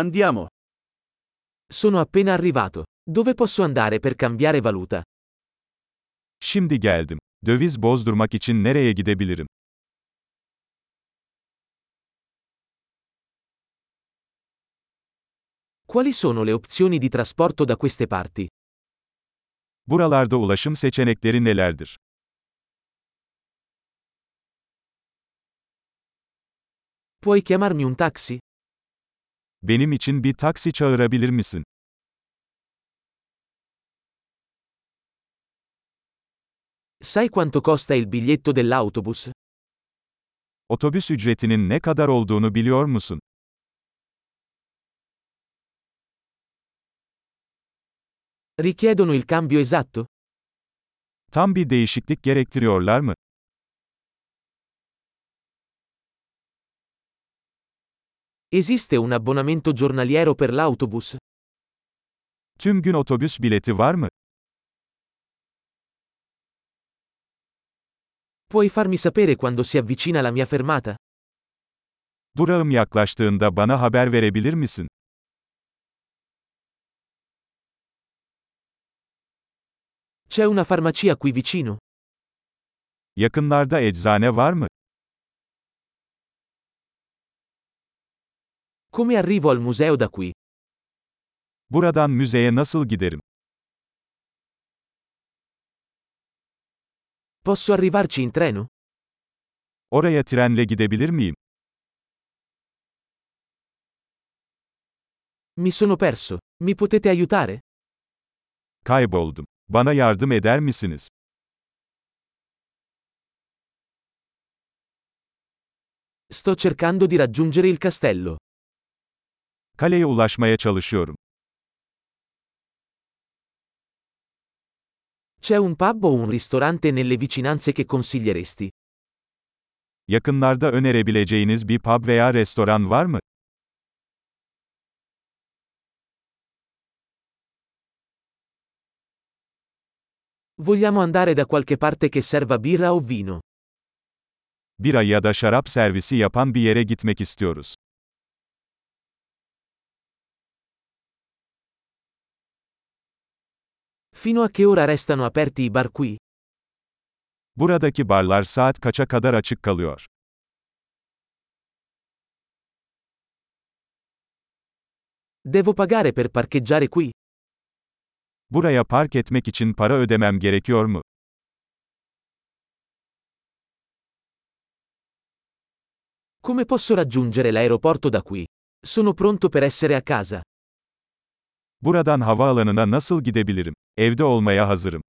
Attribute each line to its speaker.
Speaker 1: Andiamo.
Speaker 2: Sono appena arrivato. Dove posso andare per cambiare valuta?
Speaker 3: Şimdi geldim. Döviz bozdurmak için nereye gidebilirim?
Speaker 2: Quali sono le opzioni di trasporto da queste parti?
Speaker 3: Buralarda ulaşım seçenekleri nelerdir?
Speaker 2: Puoi chiamarmi un taxi?
Speaker 3: Benim için bir taksi çağırabilir misin?
Speaker 2: Sai quanto costa il biglietto dell'autobus?
Speaker 3: Otobüs ücretinin ne kadar olduğunu biliyor musun?
Speaker 2: Richiedono il cambio esatto?
Speaker 3: Tam bir değişiklik gerektiriyorlar mı?
Speaker 2: Esiste un abbonamento giornaliero per l'autobus?
Speaker 3: Tüm gün otobüs bileti var mı?
Speaker 2: Puoi farmi sapere quando si avvicina la mia fermata?
Speaker 3: Durağım yaklaştığında bana haber verebilir misin?
Speaker 2: C'è una farmacia qui vicino?
Speaker 3: Yakınlarda eczane var mı?
Speaker 2: Come arrivo al museo da qui?
Speaker 3: Buradan müzeye nasıl giderim?
Speaker 2: Posso arrivarci in treno?
Speaker 3: Oraya trenle gidebilir miyim?
Speaker 2: Mi sono perso. Mi potete aiutare?
Speaker 3: Kayboldum. Bana yardım eder misiniz?
Speaker 2: Sto cercando di raggiungere il castello.
Speaker 3: Kaleye ulaşmaya çalışıyorum.
Speaker 2: C'è un pub o un ristorante nelle vicinanze che consiglieresti?
Speaker 3: Yakınlarda önerebileceğiniz bir pub veya restoran var mı?
Speaker 2: Vogliamo andare da qualche parte che serva birra o vino.
Speaker 3: Bira ya da şarap servisi yapan bir yere gitmek istiyoruz.
Speaker 2: Fino a che ora restano aperti i bar qui?
Speaker 3: Buradaki barlar saat kaça kadar açık kalıyor?
Speaker 2: Devo pagare per parcheggiare qui?
Speaker 3: Buraya park etmek için para ödemem gerekiyor mu?
Speaker 2: Come posso raggiungere l'aeroporto da qui? Sono pronto per essere a casa.
Speaker 3: Buradan havaalanına nasıl gidebilirim? Evde olmaya hazırım.